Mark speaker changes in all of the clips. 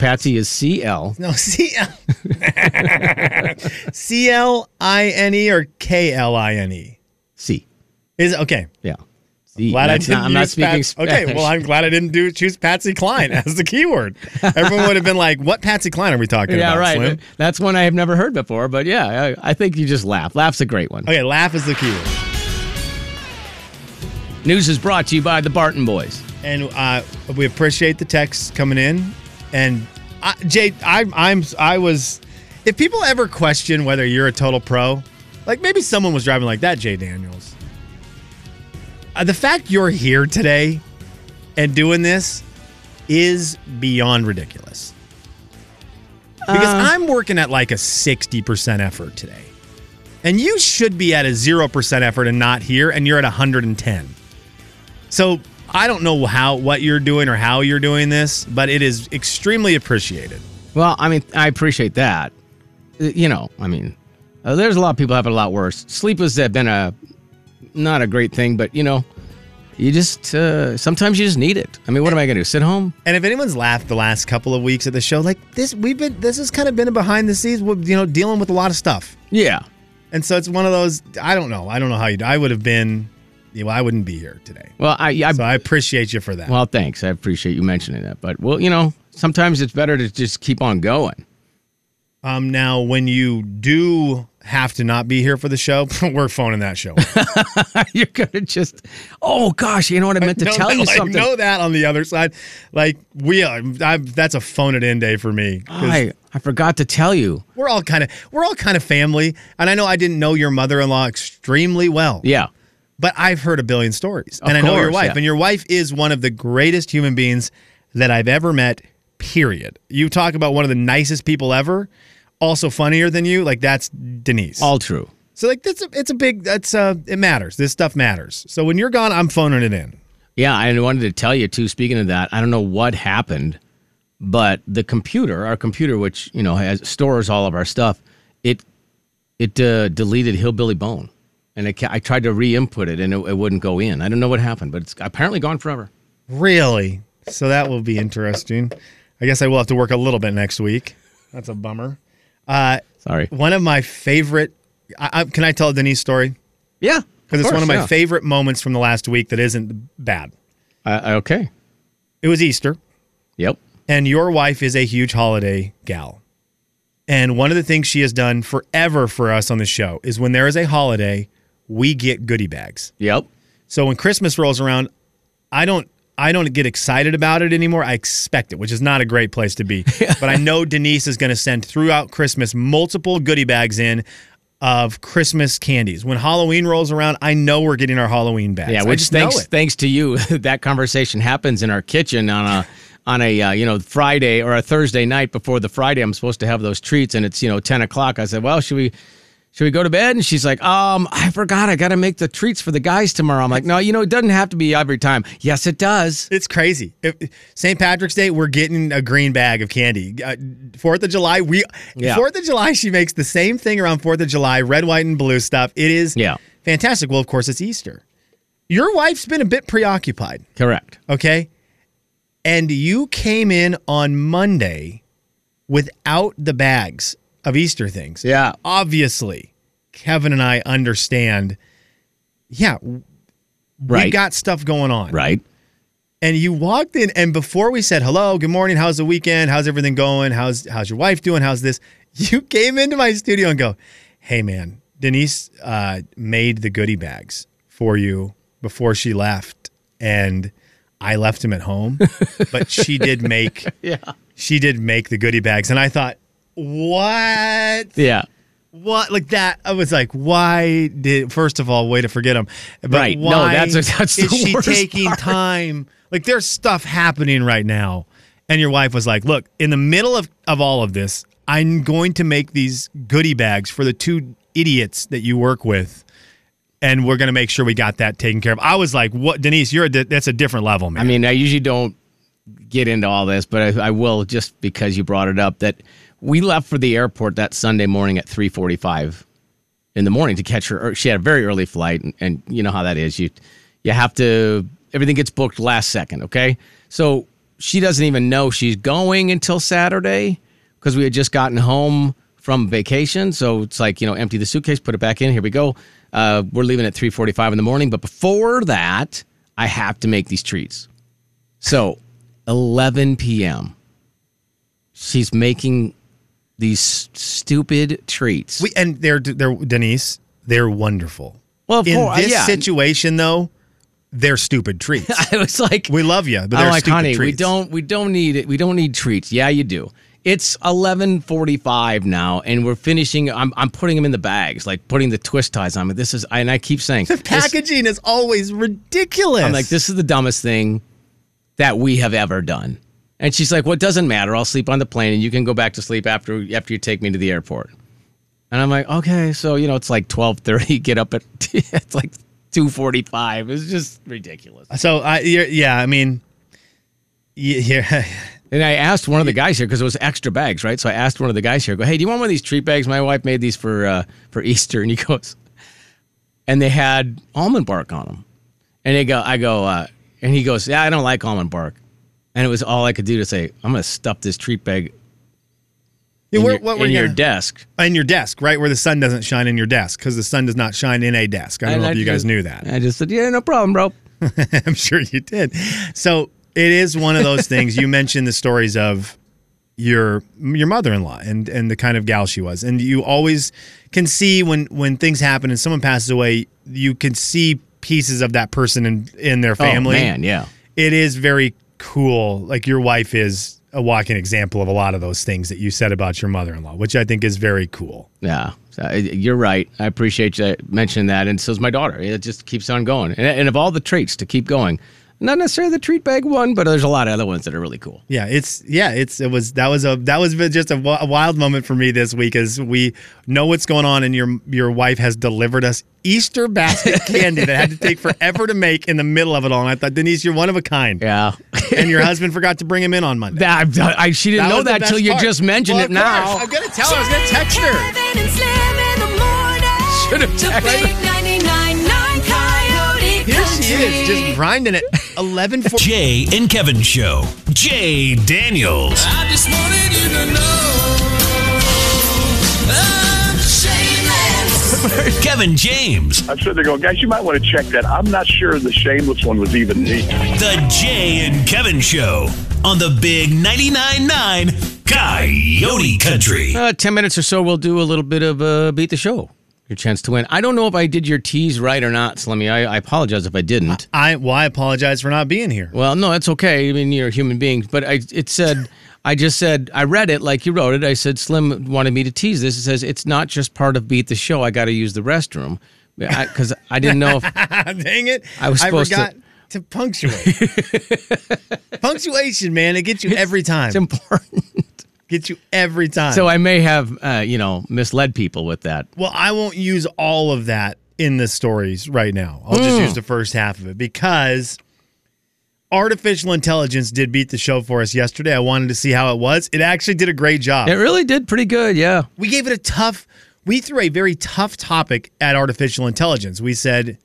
Speaker 1: Patsy is CL.
Speaker 2: No, C L C L I N E or K L I N E
Speaker 1: C.
Speaker 2: is okay.
Speaker 1: Yeah. C.
Speaker 2: Glad I
Speaker 1: That's
Speaker 2: didn't
Speaker 1: not- I'm not
Speaker 2: use
Speaker 1: speaking
Speaker 2: Pat-
Speaker 1: Spanish.
Speaker 2: Okay, well I'm glad I didn't do choose Patsy Klein as the keyword. Everyone would have been like, "What Patsy Klein are we talking
Speaker 1: yeah,
Speaker 2: about?"
Speaker 1: right.
Speaker 2: Slim?
Speaker 1: That's one I have never heard before, but yeah, I, I think you just laugh. Laugh's a great one.
Speaker 2: Okay, laugh is the keyword.
Speaker 1: News is brought to you by the Barton Boys.
Speaker 2: and uh, we appreciate the texts coming in. And I, Jay, I, I'm I was. If people ever question whether you're a total pro, like maybe someone was driving like that, Jay Daniels. Uh, the fact you're here today and doing this is beyond ridiculous. Because I'm working at like a 60% effort today. And you should be at a 0% effort and not here, and you're at 110. So I don't know how what you're doing or how you're doing this, but it is extremely appreciated.
Speaker 1: Well, I mean, I appreciate that. Uh, You know, I mean, uh, there's a lot of people have it a lot worse. Sleep has uh, been a not a great thing, but you know, you just uh, sometimes you just need it. I mean, what am I going to do? Sit home?
Speaker 2: And if anyone's laughed the last couple of weeks at the show, like this, we've been this has kind of been a behind the scenes, we're, you know, dealing with a lot of stuff.
Speaker 1: Yeah.
Speaker 2: And so it's one of those. I don't know. I don't know how you. I would have been. You know, I wouldn't be here today.
Speaker 1: Well, I, I
Speaker 2: So I appreciate you for that.
Speaker 1: well, thanks. I appreciate you mentioning that. But well, you know, sometimes it's better to just keep on going.
Speaker 2: Um, now when you do have to not be here for the show, we're phoning that show.
Speaker 1: You're gonna just, oh gosh, you know what I meant to
Speaker 2: Know
Speaker 1: tell
Speaker 2: that-
Speaker 1: you
Speaker 2: like,
Speaker 1: something.
Speaker 2: Know that on the other side, like we are. i that's a phone it in day for me. 'cause
Speaker 1: I I forgot to tell you.
Speaker 2: we're all kind of we're all kind of family and i know i didn't know your mother-in-law extremely well
Speaker 1: Yeah.
Speaker 2: but i've heard a billion stories
Speaker 1: Of
Speaker 2: and i know your
Speaker 1: course,
Speaker 2: wife
Speaker 1: yeah.
Speaker 2: and your wife is one of the greatest human beings that i've ever met period you talk about one of the nicest people ever also funnier than you like that's denise
Speaker 1: All true.
Speaker 2: so like that's a, it's a big that's uh it matters this stuff matters so when you're gone i'm phoning it in
Speaker 1: Yeah, I wanted to tell you too. Speaking of that, I don't know what happened, but the computer, our computer, which you know has stores all of our stuff, it it uh, deleted Hillbilly Bone, and it, ca- I tried to re-input it, and it, it wouldn't go in. I don't know what happened, but it's apparently gone forever.
Speaker 2: really so that will be interesting i guess i will have to work a little bit next week that's a bummer uh
Speaker 1: Sorry.
Speaker 2: one of my favorite. I, I, can I tell Denise story?
Speaker 1: Yeah,
Speaker 2: Because it's one of my
Speaker 1: yeah.
Speaker 2: favorite moments from the last week that isn't bad.
Speaker 1: I- I- Uh, okay.
Speaker 2: It was Easter,
Speaker 1: Yep.
Speaker 2: and your wife is a huge holiday gal. And one of the things she has done forever for us on the show is when there is a holiday, we get goodie bags.
Speaker 1: Yep.
Speaker 2: So when Christmas rolls around, I don't I don't get excited about it anymore. I expect it, which is not a great place to be. but I know Denise is going to send throughout Christmas multiple goodie bags in of Christmas candies. When Halloween rolls around, I know we're getting our Halloween bags.
Speaker 1: Yeah,
Speaker 2: I
Speaker 1: which
Speaker 2: just know
Speaker 1: thanks
Speaker 2: it.
Speaker 1: thanks to you, that conversation happens in our kitchen on a on a uh, you know Friday or a Thursday night before the Friday I'm supposed to have those treats, and it's you know ten o'clock. I said, well, should we should we go to bed? And she's like, um, I forgot, I got to make the treats for the guys tomorrow. I'm like, no, you know, it doesn't have to be every time. Yes, it does.
Speaker 2: It's crazy. If- St. Patrick's Day, we're getting a green bag of candy. Uh, Fourth of July, we
Speaker 1: Yeah.
Speaker 2: Fourth of July, she makes the same thing around Fourth of July, red, white, and blue stuff. It is
Speaker 1: Yeah.
Speaker 2: fantastic. Well, of course, it's Easter. Your wife's been a bit preoccupied,
Speaker 1: Correct.
Speaker 2: okay? And you came in on Monday without the bags of Easter things.
Speaker 1: Yeah.
Speaker 2: Obviously, Kevin and I understand. Yeah, we
Speaker 1: Right.
Speaker 2: got stuff going on
Speaker 1: right.
Speaker 2: and you walked in and before we said hello good morning how's the weekend how's everything going how's how's your wife doing how's this you came into my studio and go hey man denise uh, made the goodie bags for you before she left and i left them at home but she did make yeah she did make the goodie bags and i thought what
Speaker 1: Yeah.
Speaker 2: what like that i was like why did first of all way to forget him but
Speaker 1: Right. No,
Speaker 2: why
Speaker 1: that's a- that's the
Speaker 2: is she
Speaker 1: worst
Speaker 2: taking
Speaker 1: part.
Speaker 2: time like there's stuff happening right now and your wife was like look in the middle of of all of this i'm going to make these goodie bags for the two idiots that you work with and we're going to make sure we got that taken care of i was like what denise you're a di- that's a different level man
Speaker 1: I mean, I usually don't get into all this, but I, I will just because you brought it up that we left for the airport that Sunday morning at 3:45 in the morning to catch her. ear- She had a very early flight, and, and you know how that is. You you have to everything gets booked last second, okay? So she doesn't even know she's going until Saturday because we had just gotten home from vacation. So it's like you know, empty the suitcase, put it back in. Here we go. Uh, we're leaving at three forty-five in the morning, but before that, I have to make these treats. So, eleven p.m. She's making these stupid treats.
Speaker 2: We and they're they're Denise. They're wonderful.
Speaker 1: Well, of
Speaker 2: in
Speaker 1: course,
Speaker 2: this
Speaker 1: yeah.
Speaker 2: situation though, they're stupid treats.
Speaker 1: I was like,
Speaker 2: we love you, but
Speaker 1: I'm
Speaker 2: they're
Speaker 1: like,
Speaker 2: stupid
Speaker 1: honey,
Speaker 2: treats.
Speaker 1: we don't, we don't need it. We don't need treats. Yeah, you do. It's 11:45 now, and we're finishing. I'm, I'm putting them in the bags, like putting the twist ties on. But this is, and I keep saying, this,
Speaker 2: Packaging is always ridiculous.
Speaker 1: I'm like, this is the dumbest thing that we have ever done. And she's like, well, it doesn't matter. I'll sleep on the plane, and you can go back to sleep after after you take me to the airport. And I'm like, okay, so you know, it's like 12:30. Get up at, it's like 2:45. It's just ridiculous.
Speaker 2: So I you're, yeah, I mean, yeah,
Speaker 1: And I asked one of the guys here because it was extra bags, right? So I asked one of the guys here, I go, hey, do you want one of these treat bags? My wife made these for uh, for Easter, and he goes, and they had almond bark on them, and they go, I go, uh, and he goes, yeah, I don't like almond bark, and it was all I could do to say, I'm gonna stuff this treat bag
Speaker 2: yeah
Speaker 1: in,
Speaker 2: where-
Speaker 1: your,
Speaker 2: what
Speaker 1: in
Speaker 2: were
Speaker 1: your
Speaker 2: gonna-
Speaker 1: desk.
Speaker 2: in your desk, right where the sun doesn't shine in your desk, because the sun does not shine in a desk. I don't
Speaker 1: And
Speaker 2: know if you guys
Speaker 1: just-
Speaker 2: knew that.
Speaker 1: I just said, yeah, no problem, bro.
Speaker 2: I'm sure you did. So it is one of those things. You mentioned the stories of your your mother-in-law and and the kind of gal she was, and you always can see when when things happen and someone passes away, you can see pieces of that person in in their family.
Speaker 1: oh, man, yeah.
Speaker 2: it is very cool. Like your wife is a walking example of a lot of those things that you said about your mother-in-law, which I think is very cool.
Speaker 1: Yeah, so, uh, you're right. I appreciate you mentioning that. And so is my daughter. It just keeps on going. And, and of all the treats to keep going, not necessarily the treat bag one, but there's a lot of other ones that are really cool.
Speaker 2: Yeah, it's yeah, it's it was that was a that was just a, wi- a wild moment for me this week as we know what's going on and your your wife has delivered us Easter basket candy that had to take forever to make in the middle of it all. And I thought, Denise, you're one of a kind.
Speaker 1: Yeah.
Speaker 2: And your husband forgot to bring him in on Monday.
Speaker 1: that, I've done- I, she didn't know
Speaker 2: was the
Speaker 1: that
Speaker 2: best
Speaker 1: till you
Speaker 2: part.
Speaker 1: just mentioned
Speaker 2: Well,
Speaker 1: it
Speaker 2: of
Speaker 1: now.
Speaker 2: course. I'm gonna tell her. I was gonna text her.
Speaker 3: Kevin and Slim in the morning.
Speaker 1: Should have
Speaker 3: The
Speaker 1: texted.
Speaker 3: big 99.9 Coyote
Speaker 2: Here she is,
Speaker 3: Country.
Speaker 2: just grinding it. Eleven forty.
Speaker 4: Jay and Kevin Show. Jay Daniels.
Speaker 5: I just wanted you to know
Speaker 3: Uh,
Speaker 5: I'm shameless.
Speaker 4: Kevin James.
Speaker 6: I'm sitting there going, guys, you might want to check that. I'm not sure the shameless one was even me.
Speaker 4: The Jay and Kevin Show on the Big 99.9 9 Coyote Country.
Speaker 1: Uh, 10 minutes or so, we'll do a little bit of uh, Beat the Show. Your chance to win. I don't know if I did your tease right or not, Slimmy. I, I apologize if I didn't.
Speaker 2: I well, I apologize for not being here.
Speaker 1: Well, no, it's okay. I mean, you're a human being. But I, it said, I just said, I read it like you wrote it. I said, Slim wanted me to tease this. It says, it's not just part of Beat the Show. I got to use the restroom. Because I, didn't know if.
Speaker 2: Dang it!
Speaker 1: I was supposed to-
Speaker 2: forgot to, punctuate. Punctuation, man, it gets you every time.
Speaker 1: It's important.
Speaker 2: Gets you every time.
Speaker 1: So I may have, uh, you know, misled people with that.
Speaker 2: well, I won't use all of that in the stories right now. I'll
Speaker 1: Hmm.
Speaker 2: just use the first half of it because artificial intelligence did beat the show for us yesterday. I wanted to see how it was. It actually did a great job.
Speaker 1: It really did pretty good. Yeah.
Speaker 2: we gave it a tough we threw a very tough topic at artificial intelligence we said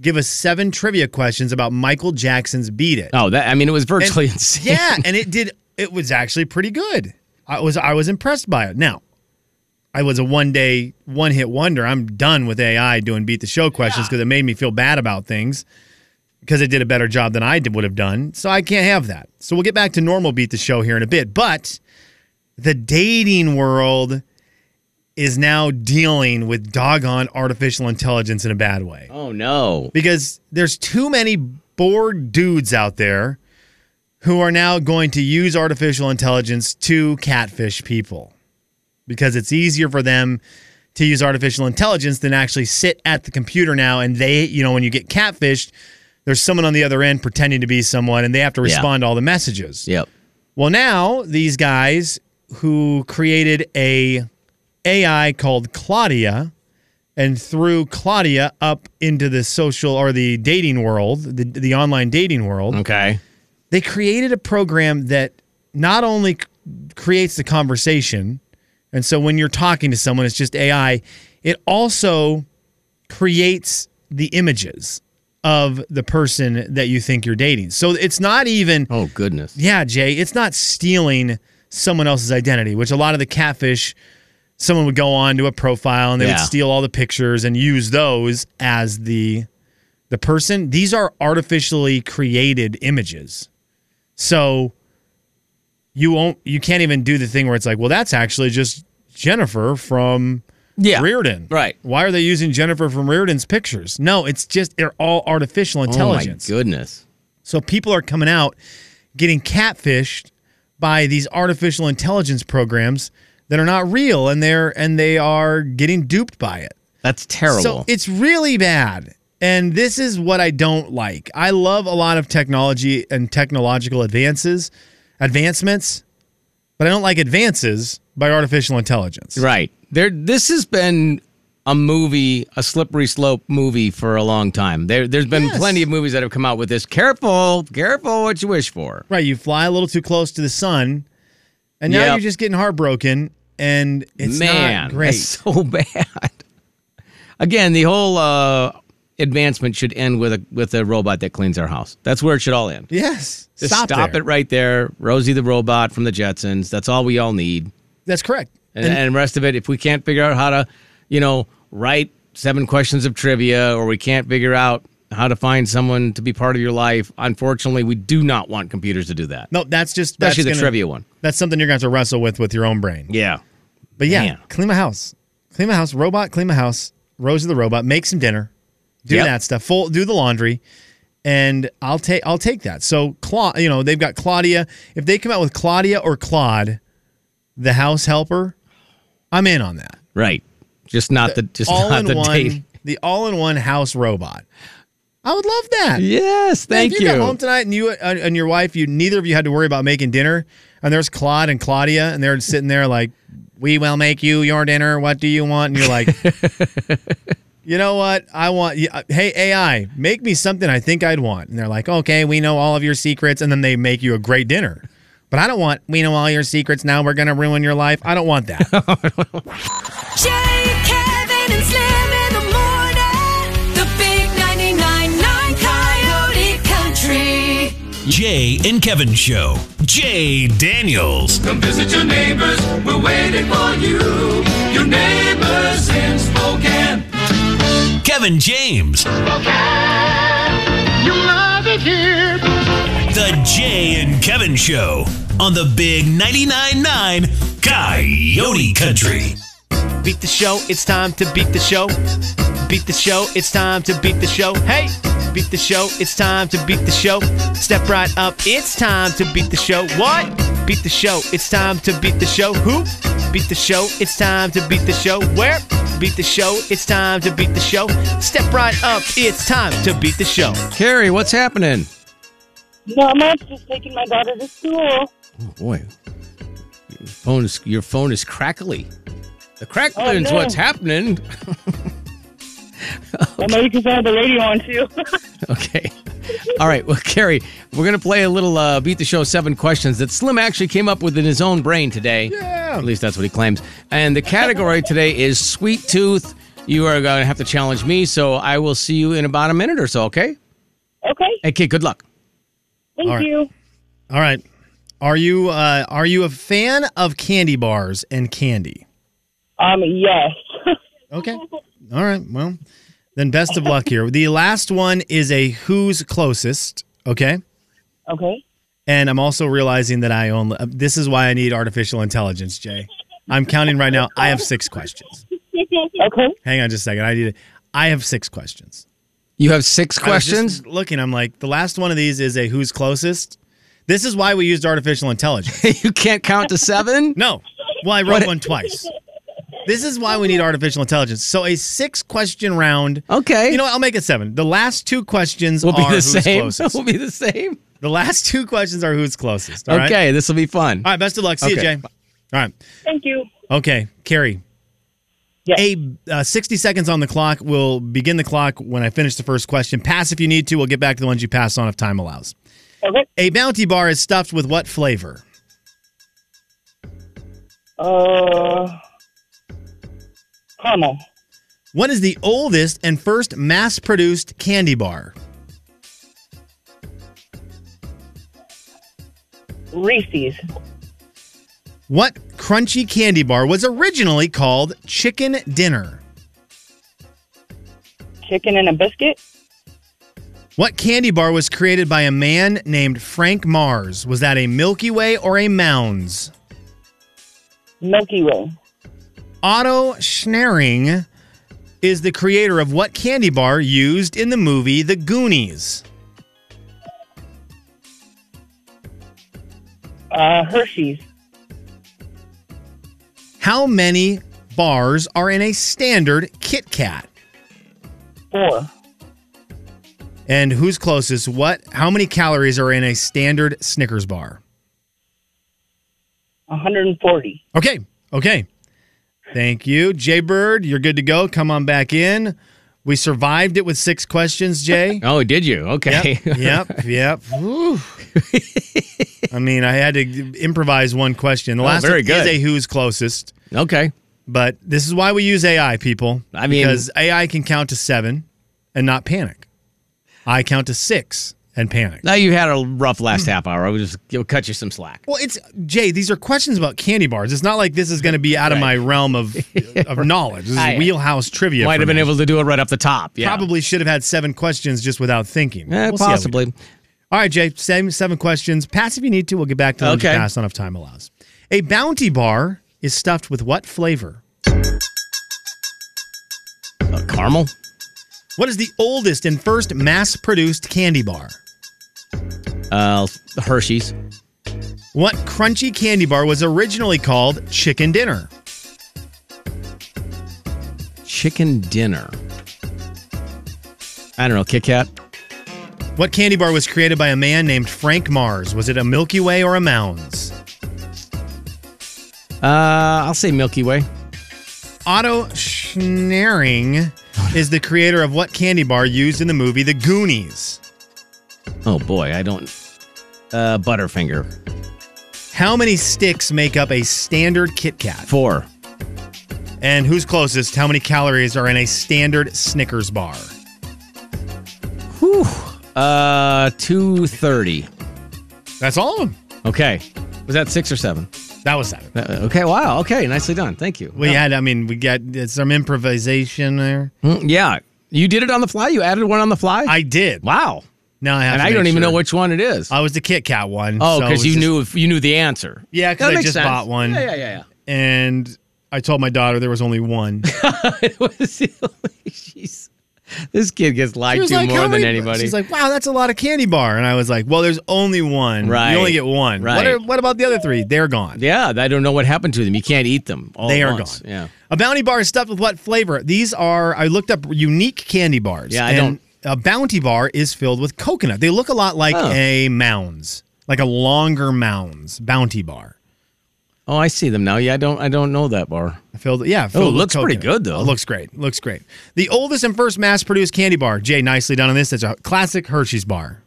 Speaker 2: give us seven trivia questions about michael jackson's beat it
Speaker 1: Oh, that, I mean, it was
Speaker 2: And-
Speaker 1: virtually insane.
Speaker 2: yeah and it did it was actually pretty good i was i was impressed by it now i was a one day one hit wonder i'm done with ai doing beat the show questions because it made me feel bad about things because it did a better job than i did, would have done so i can't have that so we'll get back to normal beat the show here in a bit but the dating world is now dealing with doggone artificial intelligence in a bad way
Speaker 1: Oh, no.
Speaker 2: because there's too many bored dudes out there who are now going to use artificial intelligence to catfish people because it's easier for them to use artificial intelligence than actually sit at the computer now and they you know when you get catfished there's someone on the other end pretending to be someone and they have to
Speaker 1: Yeah.
Speaker 2: respond to all the messages
Speaker 1: Yep.
Speaker 2: well, now these guys who created a AI called Claudia and threw Claudia up into the social or the dating world, the, the online dating world,
Speaker 1: Okay.
Speaker 2: they created a program that not only c- creates the conversation, and so when you're talking to someone, it's just AI, it also creates the images of the person that you think you're dating. So it's not even
Speaker 1: Oh goodness.
Speaker 2: yeah, Jay, it's not stealing someone else's identity, which a lot of the catfish, someone would go on to a profile and they would
Speaker 1: Yeah.
Speaker 2: steal all the pictures and use those as the the person. These are artificially created images. So you won't you can't even do the thing where it's like, well, that's actually just Jennifer from
Speaker 1: Yeah. Oh,
Speaker 2: Reardon.
Speaker 1: Right.
Speaker 2: Why are they using Jennifer from Reardon's pictures? No, it's just they're all artificial
Speaker 1: Oh my
Speaker 2: intelligence.
Speaker 1: goodness.
Speaker 2: So people are coming out getting catfished by these artificial intelligence programs that are not real and they're and they are getting duped by it.
Speaker 1: That's terrible.
Speaker 2: So it's really bad. And this is what I don't like. I love a lot of technology and technological advances, advancements, but I don't like advances by artificial intelligence.
Speaker 1: Right. There this has been a movie, a slippery slope movie for a long time. There there's been
Speaker 2: Yes.
Speaker 1: plenty of movies that have come out with this. Careful, careful what you wish for.
Speaker 2: Right, you fly a little too close to the sun, and now
Speaker 1: Yep.
Speaker 2: you're just getting heartbroken, and it's
Speaker 1: Man,
Speaker 2: not great.
Speaker 1: that's so bad. Again, the whole uh advancement should end with a with a robot that cleans our house. That's where it should all end.
Speaker 2: Yes,
Speaker 1: Just stop,
Speaker 2: there.
Speaker 1: it right there. Rosie the robot from the Jetsons. That's all we all need.
Speaker 2: That's correct.
Speaker 1: And, and, the rest of it, if we can't figure out how to, you know, write seven questions of trivia or we can't figure out how to find someone to be part of your life, unfortunately, we do not want computers to do that.
Speaker 2: No, that's just that's
Speaker 1: Especially the
Speaker 2: gonna-
Speaker 1: trivia one.
Speaker 2: That's something you're going to have to wrestle with with your own brain.
Speaker 1: Yeah.
Speaker 2: But yeah,
Speaker 1: Man.
Speaker 2: clean my house, clean my house, robot, clean my house, Rosie the robot, make some dinner, do
Speaker 1: Yep.
Speaker 2: that stuff, full, do the laundry, and I'll take I'll take that. So Cla- you know, they've got Claudia. If they come out with Claudia or Claude, the house helper, I'm in on that.
Speaker 1: Right. Just not the, just
Speaker 2: all
Speaker 1: not
Speaker 2: in
Speaker 1: the
Speaker 2: one,
Speaker 1: date.
Speaker 2: the all in one house robot. I would love that.
Speaker 1: Yes,
Speaker 2: Man,
Speaker 1: thank
Speaker 2: if you, got home tonight and you uh, and your wife, you neither of you had to worry about making dinner. And there's Claude and Claudia, and they're sitting there like, "We will make you your dinner. What do you want?" And you're like, "You know what? I want. yeah, Hey AI, make me something I think I'd want." And they're like, "Okay, we know all of your secrets," and then they make you a great dinner. But I don't want. We know all your secrets now. We're gonna ruin your life. I don't want that.
Speaker 3: Jay, Kevin, and Slim in the morning. The big 99.9 Coyote Country.
Speaker 4: Jay and Kevin Show. Jay Daniels.
Speaker 5: Come visit your neighbors. We're waiting for you. Your neighbors in Spokane.
Speaker 4: Kevin James. The Jay and Kevin Show on the Big 99.9 9 Coyote Country.
Speaker 7: Beat the show, it's time to beat the show. Beat the show, it's time to beat the show. Hey! Beat the show, it's time to beat the show. Step right up, it's time to beat the show. What? Beat the show, it's time to beat the show. Who? Beat the show, it's time to beat the show. Where? Beat the show, it's time to beat the show. Step right up, it's time to beat the show.
Speaker 1: Carrie, what's happening?
Speaker 8: Not much. Just taking my daughter to school.
Speaker 1: Oh boy. Your phone is your phone is crackly. The crackling's
Speaker 8: no.
Speaker 1: what's happening.
Speaker 8: I know you can I had the radio on too.
Speaker 1: Okay. All right. Well, Carrie, we're going to play a little uh, Beat the Show seven questions that Slim actually came up with in his own brain today. Yeah. At least that's what he claims. And the category today is Sweet Tooth. You are going to have to challenge me, so I will see you in about a minute or so, okay?
Speaker 8: okay.
Speaker 1: Hey, kid, good luck.
Speaker 8: Thank
Speaker 2: right.
Speaker 8: you.
Speaker 2: All right. Are you uh, are you a fan of candy bars and candy?
Speaker 8: Um. Yes.
Speaker 2: Okay. All right. Well, then best of luck here. The last one is a who's closest. Okay.
Speaker 8: okay.
Speaker 2: And I'm also realizing that I only. uh, This is why I need artificial intelligence, Jay. I'm counting right now. I have six questions.
Speaker 8: Okay.
Speaker 2: Hang on just a second. I need. I have six questions.
Speaker 1: You have six
Speaker 2: I was just
Speaker 1: questions.
Speaker 2: looking, I'm like the last one of these is a who's closest. This is why we used artificial intelligence.
Speaker 1: you can't count to seven?
Speaker 2: No. Well, I wrote
Speaker 1: What-
Speaker 2: one twice. This is why we need artificial intelligence. So a six question round.
Speaker 1: Okay.
Speaker 2: You know, what? I'll make it seven. The last two questions
Speaker 1: we'll be
Speaker 2: are
Speaker 1: the
Speaker 2: who's
Speaker 1: same.
Speaker 2: closest.
Speaker 1: We'll be the same.
Speaker 2: The last two questions are who's closest. All right.
Speaker 1: okay, this will be fun.
Speaker 2: All right. Best of luck. See you,
Speaker 1: Okay.
Speaker 2: Jay. All right.
Speaker 8: Thank you.
Speaker 2: Okay, Carrie.
Speaker 8: Yes.
Speaker 2: A uh, 60 seconds on the clock. We'll begin the clock when I finish the first question. Pass if you need to. We'll get back to the ones you pass on if time allows.
Speaker 8: Okay.
Speaker 2: A bounty bar is stuffed with what flavor?
Speaker 8: Uh. Caramel.
Speaker 2: What is the oldest and first mass produced candy bar?
Speaker 8: Reese's.
Speaker 2: What crunchy candy bar was originally called Chicken Dinner?
Speaker 8: Chicken and a biscuit.
Speaker 2: What candy bar was created by a man named Frank Mars? Was that a Milky Way or a Mounds?
Speaker 8: Milky Way.
Speaker 2: Otto Schnaring is the creator of what candy bar used in the movie The Goonies?
Speaker 8: Uh, Hershey's.
Speaker 2: How many bars are in a standard Kit Kat?
Speaker 8: Four.
Speaker 2: And who's closest? What? How many calories are in a standard Snickers bar?
Speaker 8: 140.
Speaker 2: Okay. Okay. Thank you, Jay Bird. You're good to go. Come on back in. We survived it with six questions, Jay.
Speaker 1: Oh, did you? Okay.
Speaker 2: Yep, yep, yep. Whew. I mean, I had to improvise one question. The last
Speaker 1: Oh, very
Speaker 2: one
Speaker 1: good.
Speaker 2: is a who's closest,
Speaker 1: okay.
Speaker 2: but this is why we use AI, people.
Speaker 1: I mean-
Speaker 2: because AI can count to seven and not panic. I count to six and panic.
Speaker 1: Now you had a rough last half hour. I will just will cut you some slack.
Speaker 2: Well, it's Jay. These are questions about candy bars. It's not like this is going to be out of my realm of of knowledge. This
Speaker 1: Right.
Speaker 2: is wheelhouse trivia.
Speaker 1: Might
Speaker 2: for
Speaker 1: have been
Speaker 2: me.
Speaker 1: able to do it right off the top. Yeah.
Speaker 2: Probably should have had seven questions just without thinking.
Speaker 1: Eh,
Speaker 2: We'll see how we do.
Speaker 1: possibly.
Speaker 2: All right, Jay. Same seven questions. Pass if you need to. We'll get back to them if
Speaker 1: Okay.
Speaker 2: pass on if time allows. A bounty bar is stuffed with what flavor?
Speaker 1: Uh, caramel.
Speaker 2: What is the oldest and first mass-produced candy bar?
Speaker 1: Uh, Hershey's.
Speaker 2: What crunchy candy bar was originally called Chicken Dinner?
Speaker 1: Chicken dinner. I don't know. Kit Kat.
Speaker 2: What candy bar was created by a man named Frank Mars? Was it a Milky Way or a Mounds?
Speaker 1: Uh, I'll say Milky Way.
Speaker 2: Otto Schnaring is the creator of what candy bar used in the movie The Goonies?
Speaker 1: Oh boy, I don't. Uh, Butterfinger.
Speaker 2: How many sticks make up a standard Kit Kat?
Speaker 1: Four.
Speaker 2: And who's closest? How many calories are in a standard Snickers bar?
Speaker 1: Whew. Uh, two thirty.
Speaker 2: That's all of them.
Speaker 1: Okay. Was that six or seven?
Speaker 2: That was seven.
Speaker 1: Uh, okay. Wow. Okay. Nicely done. Thank you.
Speaker 2: We had, I mean, we got uh, some improvisation there.
Speaker 1: Mm, yeah. You did it on the fly. You added one on the fly.
Speaker 2: I did.
Speaker 1: wow.
Speaker 2: Now I have
Speaker 1: And
Speaker 2: to
Speaker 1: I
Speaker 2: make
Speaker 1: don't even
Speaker 2: sure.
Speaker 1: know which one it is.
Speaker 2: I was the Kit Kat one.
Speaker 1: oh,
Speaker 2: so it
Speaker 1: because
Speaker 2: was
Speaker 1: you
Speaker 2: just-
Speaker 1: knew if you knew the answer.
Speaker 2: Yeah, 'cause
Speaker 1: That
Speaker 2: I
Speaker 1: makes
Speaker 2: just
Speaker 1: sense.
Speaker 2: bought one.
Speaker 1: Yeah, yeah, yeah.
Speaker 2: And I told my daughter there was only one.
Speaker 1: yeah. It was the only- Jeez. This kid gets lied to more
Speaker 2: "How
Speaker 1: than
Speaker 2: many-"
Speaker 1: anybody.
Speaker 2: She's like, wow, that's a lot of candy bar. And I was like, well, there's only one.
Speaker 1: Right.
Speaker 2: You only get one. What,
Speaker 1: Right.
Speaker 2: are, what about the other three? They're gone.
Speaker 1: yeah, I don't know what happened to them. You can't eat them. All
Speaker 2: they
Speaker 1: at
Speaker 2: are
Speaker 1: once.
Speaker 2: gone.
Speaker 1: Yeah.
Speaker 2: A bounty bar is stuffed with what flavor? These are I looked up unique candy bars.
Speaker 1: Yeah, I
Speaker 2: and
Speaker 1: don't-
Speaker 2: A bounty bar is filled with coconut. They look a lot like
Speaker 1: Oh.
Speaker 2: a mounds, like a longer mounds bounty bar.
Speaker 1: Oh, I see them now. Yeah, I don't. I don't know that bar.
Speaker 2: Filled, yeah. Filled with
Speaker 1: Oh, looks pretty
Speaker 2: coconut.
Speaker 1: good, though.
Speaker 2: It looks great. Looks great. The oldest and first mass-produced candy bar. Jay, nicely done on this. It's a classic Hershey's bar.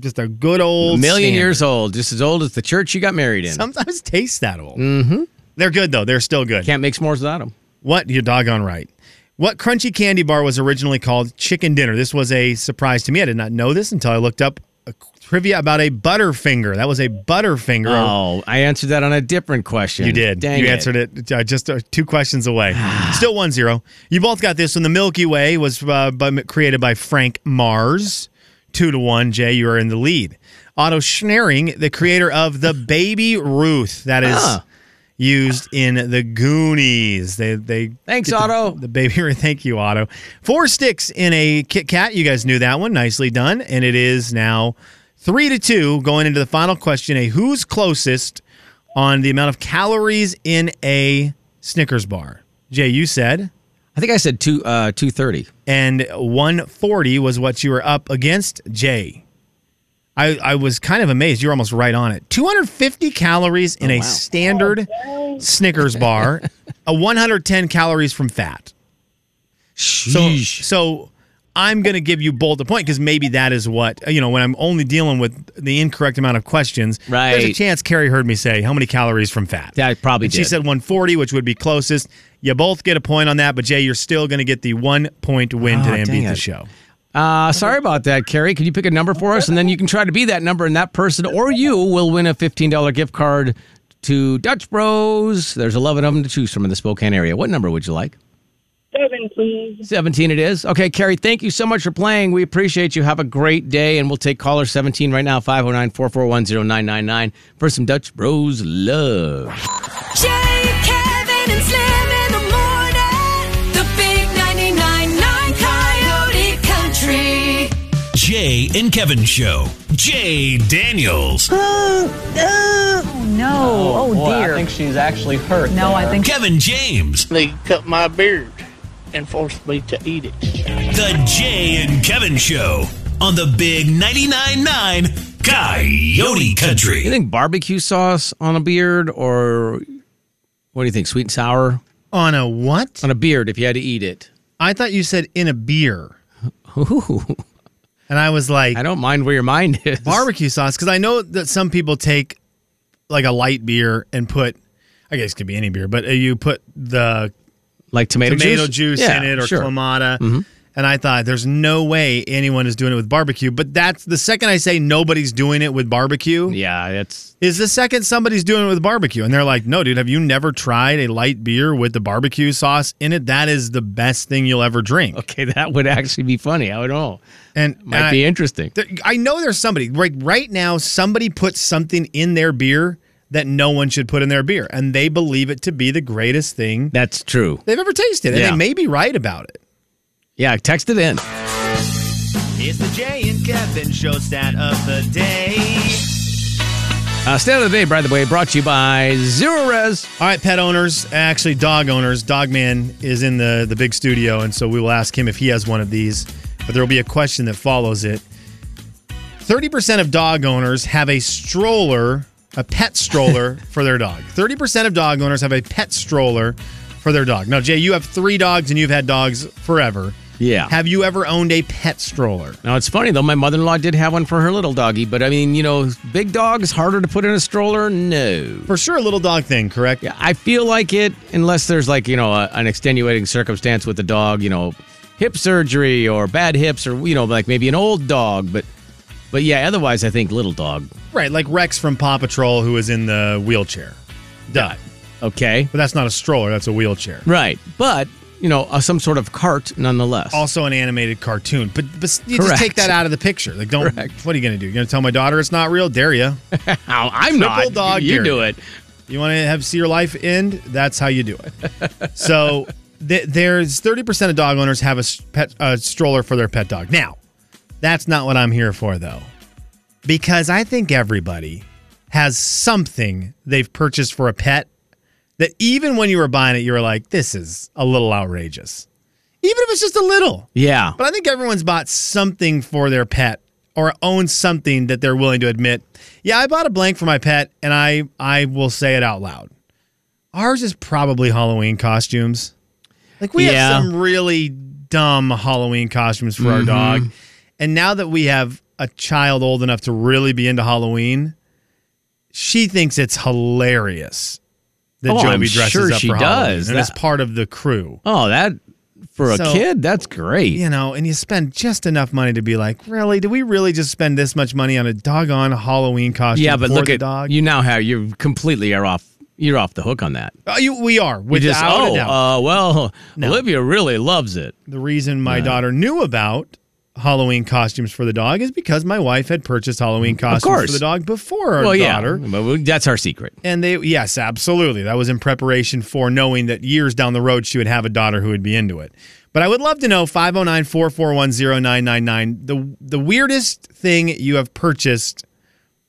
Speaker 2: Just a good
Speaker 1: A
Speaker 2: old
Speaker 1: million
Speaker 2: standard.
Speaker 1: years old, just as old as the church you got married in.
Speaker 2: Sometimes tastes that old. Mm-hmm. They're good though. They're still good.
Speaker 1: Can't make s'mores without them.
Speaker 2: What? You're doggone right. What crunchy candy bar was originally called Chicken Dinner? This was a surprise to me. I did not know this until I looked up a trivia about a Butterfinger. That was a Butterfinger.
Speaker 1: Oh, I answered that on a different question.
Speaker 2: You did.
Speaker 1: Dang
Speaker 2: you
Speaker 1: it.
Speaker 2: answered it uh, just uh, two questions away. Still 1 0. You both got this one. The Milky Way was uh, by, created by Frank Mars. Two to one. Jay, you are in the lead. Otto Schnaring, the creator of the Baby Ruth, that is
Speaker 1: Ah.
Speaker 2: used in the Goonies. They they
Speaker 1: Thanks,
Speaker 2: get the-
Speaker 1: Otto.
Speaker 2: The Baby Ruth. Thank you, Otto. Four sticks in a Kit Kat. You guys knew that one. Nicely done. And it is now three to two going into the final question. A who's closest on the amount of calories in a Snickers bar. Jay, you said,
Speaker 1: I think I said two uh, two thirty.
Speaker 2: and 140 was what you were up against, Jay. I, I was kind of amazed. You were almost right on it. 250 calories in a
Speaker 1: Oh, wow.
Speaker 2: standard Snickers bar, a 110 calories from fat. So, so I'm going to give you both a point because maybe that is what, you know, when I'm only dealing with the incorrect amount of questions, there's a
Speaker 1: Right.
Speaker 2: chance Carrie heard me say, How many calories from fat?
Speaker 1: Yeah, I probably
Speaker 2: And
Speaker 1: did.
Speaker 2: She said 140, which would be closest. You both get a point on that, but Jay, you're still going to get the one point win
Speaker 1: Oh,
Speaker 2: today and
Speaker 1: dang
Speaker 2: beat the
Speaker 1: it.
Speaker 2: show.
Speaker 1: Uh, sorry about that, Carrie. Can you pick a number for us? And then you can try to be that number, and that person or you will win a $15 gift card to Dutch Bros. There's 11 of them to choose from in the Spokane area. What number would you like?
Speaker 8: Seven, please.
Speaker 1: 17 it is. Okay, Carrie, thank you so much for playing. We appreciate you. Have a great day. And we'll take caller 17 right now, 509 441 0999 for some Dutch Bros love.
Speaker 3: Jay, Kevin, and Slim in the morning. The big 99.9 Coyote Country.
Speaker 4: Jay and Kevin Show. Jay Daniels.
Speaker 9: No. Oh, dear. I think she's actually hurt. No, I think
Speaker 4: Kevin James.
Speaker 10: They cut my beard and forced me to eat it.
Speaker 4: The Jay and Kevin Show on the Big 99.9 9 Coyote
Speaker 1: You
Speaker 4: Country.
Speaker 1: think barbecue sauce on a beard or what do you think? Sweet and sour
Speaker 2: On a what?
Speaker 1: on a beard if you had to eat it.
Speaker 2: I thought you said in a beer. And I was like,
Speaker 1: I don't mind where your mind is.
Speaker 2: barbecue sauce because I know that some people take like a light beer and put, I guess it could be any beer, but uh, you put the
Speaker 1: like tomato,
Speaker 2: tomato juice,
Speaker 1: Yeah,
Speaker 2: in it or
Speaker 1: sure. Mm-hmm.
Speaker 2: clamato. And I thought, there's no way anyone is doing it with barbecue. But that's the second I say nobody's doing it with barbecue
Speaker 1: Yeah, it's
Speaker 2: is the second somebody's doing it with barbecue. And they're like, no, dude, have you never tried a light beer with the barbecue sauce in it? That is the best thing you'll ever drink.
Speaker 1: okay. That would actually be funny. I would know.
Speaker 2: And
Speaker 1: Uh, Might
Speaker 2: and I-
Speaker 1: be interesting.
Speaker 2: There, I know there's somebody right right now. Somebody put something in their beer that no one should put in their beer, and they believe it to be the greatest thing
Speaker 1: That's true.
Speaker 2: they've ever tasted, and
Speaker 1: Yeah.
Speaker 2: they may be right about it.
Speaker 1: Yeah, text it in.
Speaker 7: It's the Jay and Kevin show stat of the day.
Speaker 1: Uh, stat of the day, by the way, brought to you by Zero Res.
Speaker 2: All right, pet owners, actually dog owners, Dogman is in the the big studio, and so we will ask him if he has one of these. But there will be a question that follows it. Thirty percent of dog owners have a stroller, a pet stroller for their dog. Thirty percent of dog owners have a pet stroller for their dog. Now, Jay, you have three dogs, and you've had dogs forever.
Speaker 1: Yeah.
Speaker 2: Have you ever owned a pet stroller?
Speaker 1: Now it's funny though. My mother-in-law did have one for her little doggy, but I mean, you know, big dogs harder to put in a stroller. No.
Speaker 2: For sure, a little dog thing, correct?
Speaker 1: Yeah, I feel like it, unless there's like, you know, a, an extenuating circumstance with the dog, you know, hip surgery or bad hips or, you know, like maybe an old dog. But, but yeah, otherwise, I think little dog.
Speaker 2: Right, like Rex from Paw Patrol, who is in the wheelchair. Duh.
Speaker 1: Okay.
Speaker 2: But that's not a stroller; that's a wheelchair.
Speaker 1: Right. But, you know, uh, some sort of cart nonetheless.
Speaker 2: also an animated cartoon. But, but you
Speaker 1: Correct.
Speaker 2: just take that out of the picture. Like, don't. What are you gonna do? You gonna tell my daughter it's not real? Dare you?
Speaker 1: Ow, I'm not.
Speaker 2: dog
Speaker 1: you
Speaker 2: year.
Speaker 1: do it.
Speaker 2: You want to have see your life end? That's how you do it. so th- there's 30% of dog owners have a s- pet a stroller for their pet dog. Now, that's not what I'm here for though. Because I think everybody has something they've purchased for a pet that even when you were buying it you were like this is a little outrageous. Even if it's just a little.
Speaker 1: Yeah.
Speaker 2: But I think everyone's bought something for their pet or owns something that they're willing to admit. Yeah, I bought a blank for my pet, and I I will say it out loud. Ours is probably Halloween costumes. Like we
Speaker 1: Yeah. Mm-hmm.
Speaker 2: have some really dumb Halloween costumes for our dog. And now that we have a child old enough to really be into Halloween, she thinks it's hilarious that
Speaker 1: Oh,
Speaker 2: Joby
Speaker 1: I'm
Speaker 2: dresses
Speaker 1: sure
Speaker 2: up
Speaker 1: she
Speaker 2: for Halloween
Speaker 1: does.
Speaker 2: and is
Speaker 1: That-
Speaker 2: part of the crew
Speaker 1: Oh, that for a
Speaker 2: So-
Speaker 1: kid, that's great.
Speaker 2: you know, and you spend just enough money to be like, really? Do we really just spend this much money on a doggone Halloween costume?
Speaker 1: Yeah, but
Speaker 2: for
Speaker 1: look
Speaker 2: the
Speaker 1: at
Speaker 2: dog.
Speaker 1: you now. How you completely are off. You're off the hook on that.
Speaker 2: Oh, you- we are
Speaker 1: You
Speaker 2: without
Speaker 1: just
Speaker 2: a
Speaker 1: oh
Speaker 2: doubt.
Speaker 1: uh, well, Olivia really loves it.
Speaker 2: the reason my daughter knew about Halloween costumes for the dog is because my wife had purchased Halloween costumes for
Speaker 1: course.
Speaker 2: the dog before our
Speaker 1: well,
Speaker 2: daughter.
Speaker 1: yeah, but we- that's our secret.
Speaker 2: And they, yes, absolutely. That was in preparation for knowing that years down the road she would have a daughter who would be into it. But I would love to know 509 441 0999 the the weirdest thing you have purchased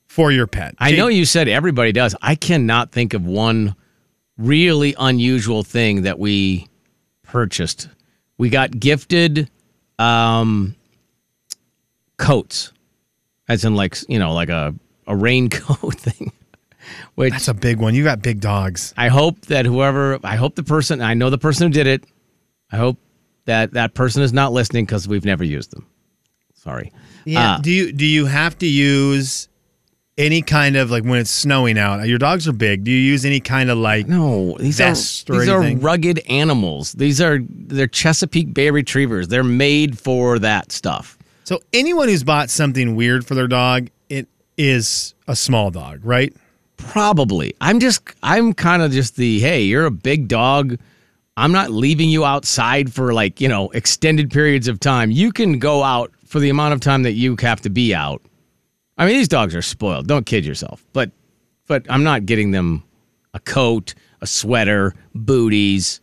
Speaker 2: for your pet.
Speaker 1: I know you said everybody does. I cannot think of one really unusual thing that we purchased. We got gifted um, coats, as in like you know, like a a raincoat thing. Which
Speaker 2: That's a big one. You got big dogs.
Speaker 1: I hope that whoever, I hope the person, I know the person who did it. I hope that that person is not listening because we've never used them. Sorry. Uh, no, these
Speaker 2: Vest
Speaker 1: are
Speaker 2: or
Speaker 1: these are
Speaker 2: anything?
Speaker 1: rugged animals. These are they're Chesapeake Bay Retrievers. They're made for that stuff.
Speaker 2: So anyone who's bought something weird for their dog, it is a small dog, right?
Speaker 1: Probably. I'm just, I'm kind of just the, hey, you're a big dog. I'm not leaving you outside for like, you know, extended periods of time. You can go out for the amount of time that you have to be out. I mean, these dogs are spoiled. Don't kid yourself. But, but I'm not getting them a coat, a sweater, booties,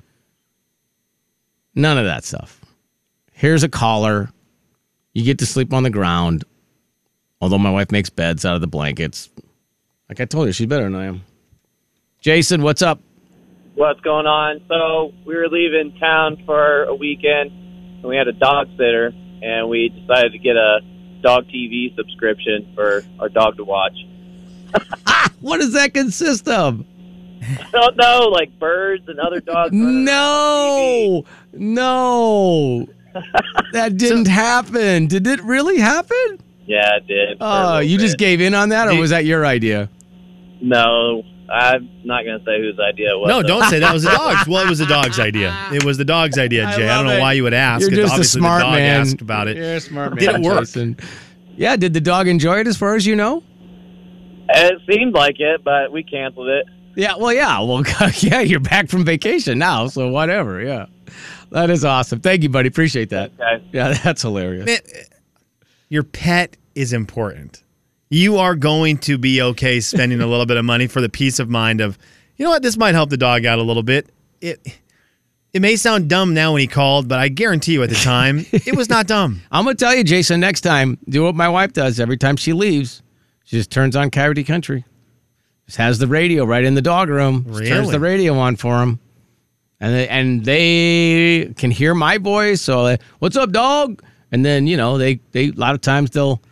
Speaker 1: none of that stuff. Here's a collar. You get to sleep on the ground. Although my wife makes beds out of the blankets. Like I told you, she's better than I am. Jason, what's up?
Speaker 11: what's going on. So we were leaving town for a weekend, and we had a dog sitter, and we decided to get a dog TV subscription for our dog to watch.
Speaker 1: What does that consist of?
Speaker 11: I don't know, Oh, like birds and other dogs.
Speaker 1: No, no, that didn't happen. Did it really happen?
Speaker 11: Yeah, it did. for a
Speaker 1: Oh,
Speaker 11: little
Speaker 1: you just
Speaker 11: bit.
Speaker 1: gave in on that, or was that your idea?
Speaker 11: No, I'm not going to say whose idea it was.
Speaker 1: uh,
Speaker 2: No, don't say that was the dog's. Well, it was the dog's idea. It was the dog's idea,
Speaker 1: I
Speaker 2: Jay. I,
Speaker 1: love
Speaker 2: don't know
Speaker 1: it.
Speaker 2: why you would ask.
Speaker 1: You're
Speaker 2: It's
Speaker 1: just a
Speaker 2: obviously
Speaker 1: smart
Speaker 2: the dog
Speaker 1: man.
Speaker 2: asked about it.
Speaker 1: You're a smart
Speaker 2: Did
Speaker 1: man,
Speaker 2: it work?
Speaker 1: Jason. Yeah, did the dog enjoy it as far as you know?
Speaker 11: It seemed like it, but we canceled it.
Speaker 1: Yeah, well, yeah, well, yeah, you're back from vacation now, so whatever. Yeah, that is awesome. Thank you, buddy. Appreciate that.
Speaker 11: Okay.
Speaker 1: Yeah, that's hilarious.
Speaker 2: Man, your pet is important. You are going to be okay spending a little bit of money for the peace of mind of, you know what, this might help the dog out a little bit. It it may sound dumb now when he called, but I guarantee you at the time it was not dumb.
Speaker 1: I'm gonna tell you, Jason. Next time, do what my wife does every time she leaves. She just turns on Coyote Country. Just has the radio right in the dog room. Just turns
Speaker 2: Really?
Speaker 1: the radio on for him, and they, and they can hear my voice. So, uh, what's up, dog? And then you know they they a lot of times they'll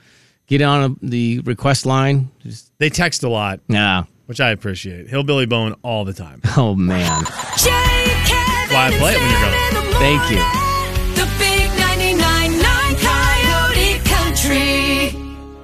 Speaker 1: get on a, the request line. Just,
Speaker 2: They text a lot,
Speaker 1: yeah.
Speaker 2: which I appreciate. Hillbilly Bone all the time.
Speaker 1: Oh man.
Speaker 3: Jay, Kevin,
Speaker 2: Why I play it when you're gone.
Speaker 1: Thank you.